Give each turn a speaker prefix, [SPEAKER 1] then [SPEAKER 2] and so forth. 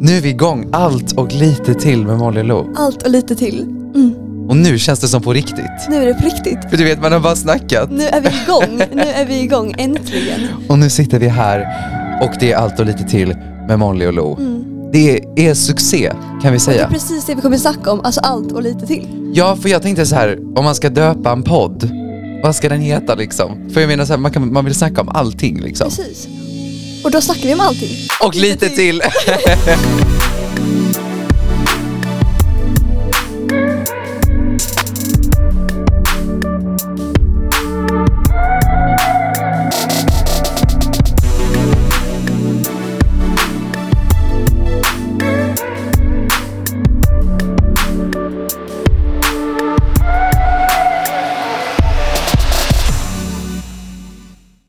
[SPEAKER 1] Nu är vi igång, allt och lite till med Molly Lo.
[SPEAKER 2] Allt och lite till. Mm.
[SPEAKER 1] Och nu känns det som på riktigt.
[SPEAKER 2] Nu är det på riktigt.
[SPEAKER 1] För du vet, man har bara snackat.
[SPEAKER 2] Nu är vi igång. Nu är vi igång, äntligen.
[SPEAKER 1] Och nu sitter vi här och det är allt och lite till med Molly och Lo.
[SPEAKER 2] Mm.
[SPEAKER 1] Det är succé, kan vi
[SPEAKER 2] Och det är
[SPEAKER 1] säga.
[SPEAKER 2] precis det vi kommer snacka om, alltså allt och lite till.
[SPEAKER 1] Ja, för jag tänkte så här, om man ska döpa en podd, vad ska den heta liksom? För jag menar så här, man, kan, man vill snacka om allting liksom.
[SPEAKER 2] Precis. Och då snackar vi om allting.
[SPEAKER 1] Och lite till!